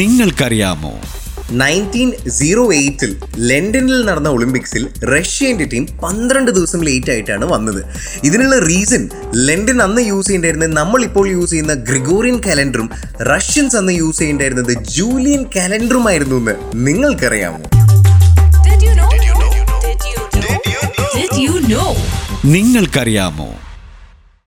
നിങ്ങൾക്കറിയാമോ nineteen zero എയ്റ്റിൽ oh ലണ്ടനിൽ നടന്ന ഒളിമ്പിക്സിൽ റഷ്യൻ്റെ ടീം പന്ത്രണ്ട് ദിവസം ലേറ്റ് ആയിട്ടാണ് വന്നത് ഇതിനുള്ള റീസൺ ലണ്ടൻ അന്ന് യൂസ് ചെയ്യേണ്ടായിരുന്നത് നമ്മളിപ്പോൾ യൂസ് ചെയ്യുന്ന ഗ്രിഗോറിയൻ കാലണ്ടറും റഷ്യൻസ് അന്ന് യൂസ് ചെയ്യേണ്ടായിരുന്നത് ജൂലിയൻ കാലണ്ടറുമായിരുന്നു എന്ന് നിങ്ങൾക്കറിയാമോ Did you know? Did you know? Did you know? നിങ്ങൾക്കറിയാമോ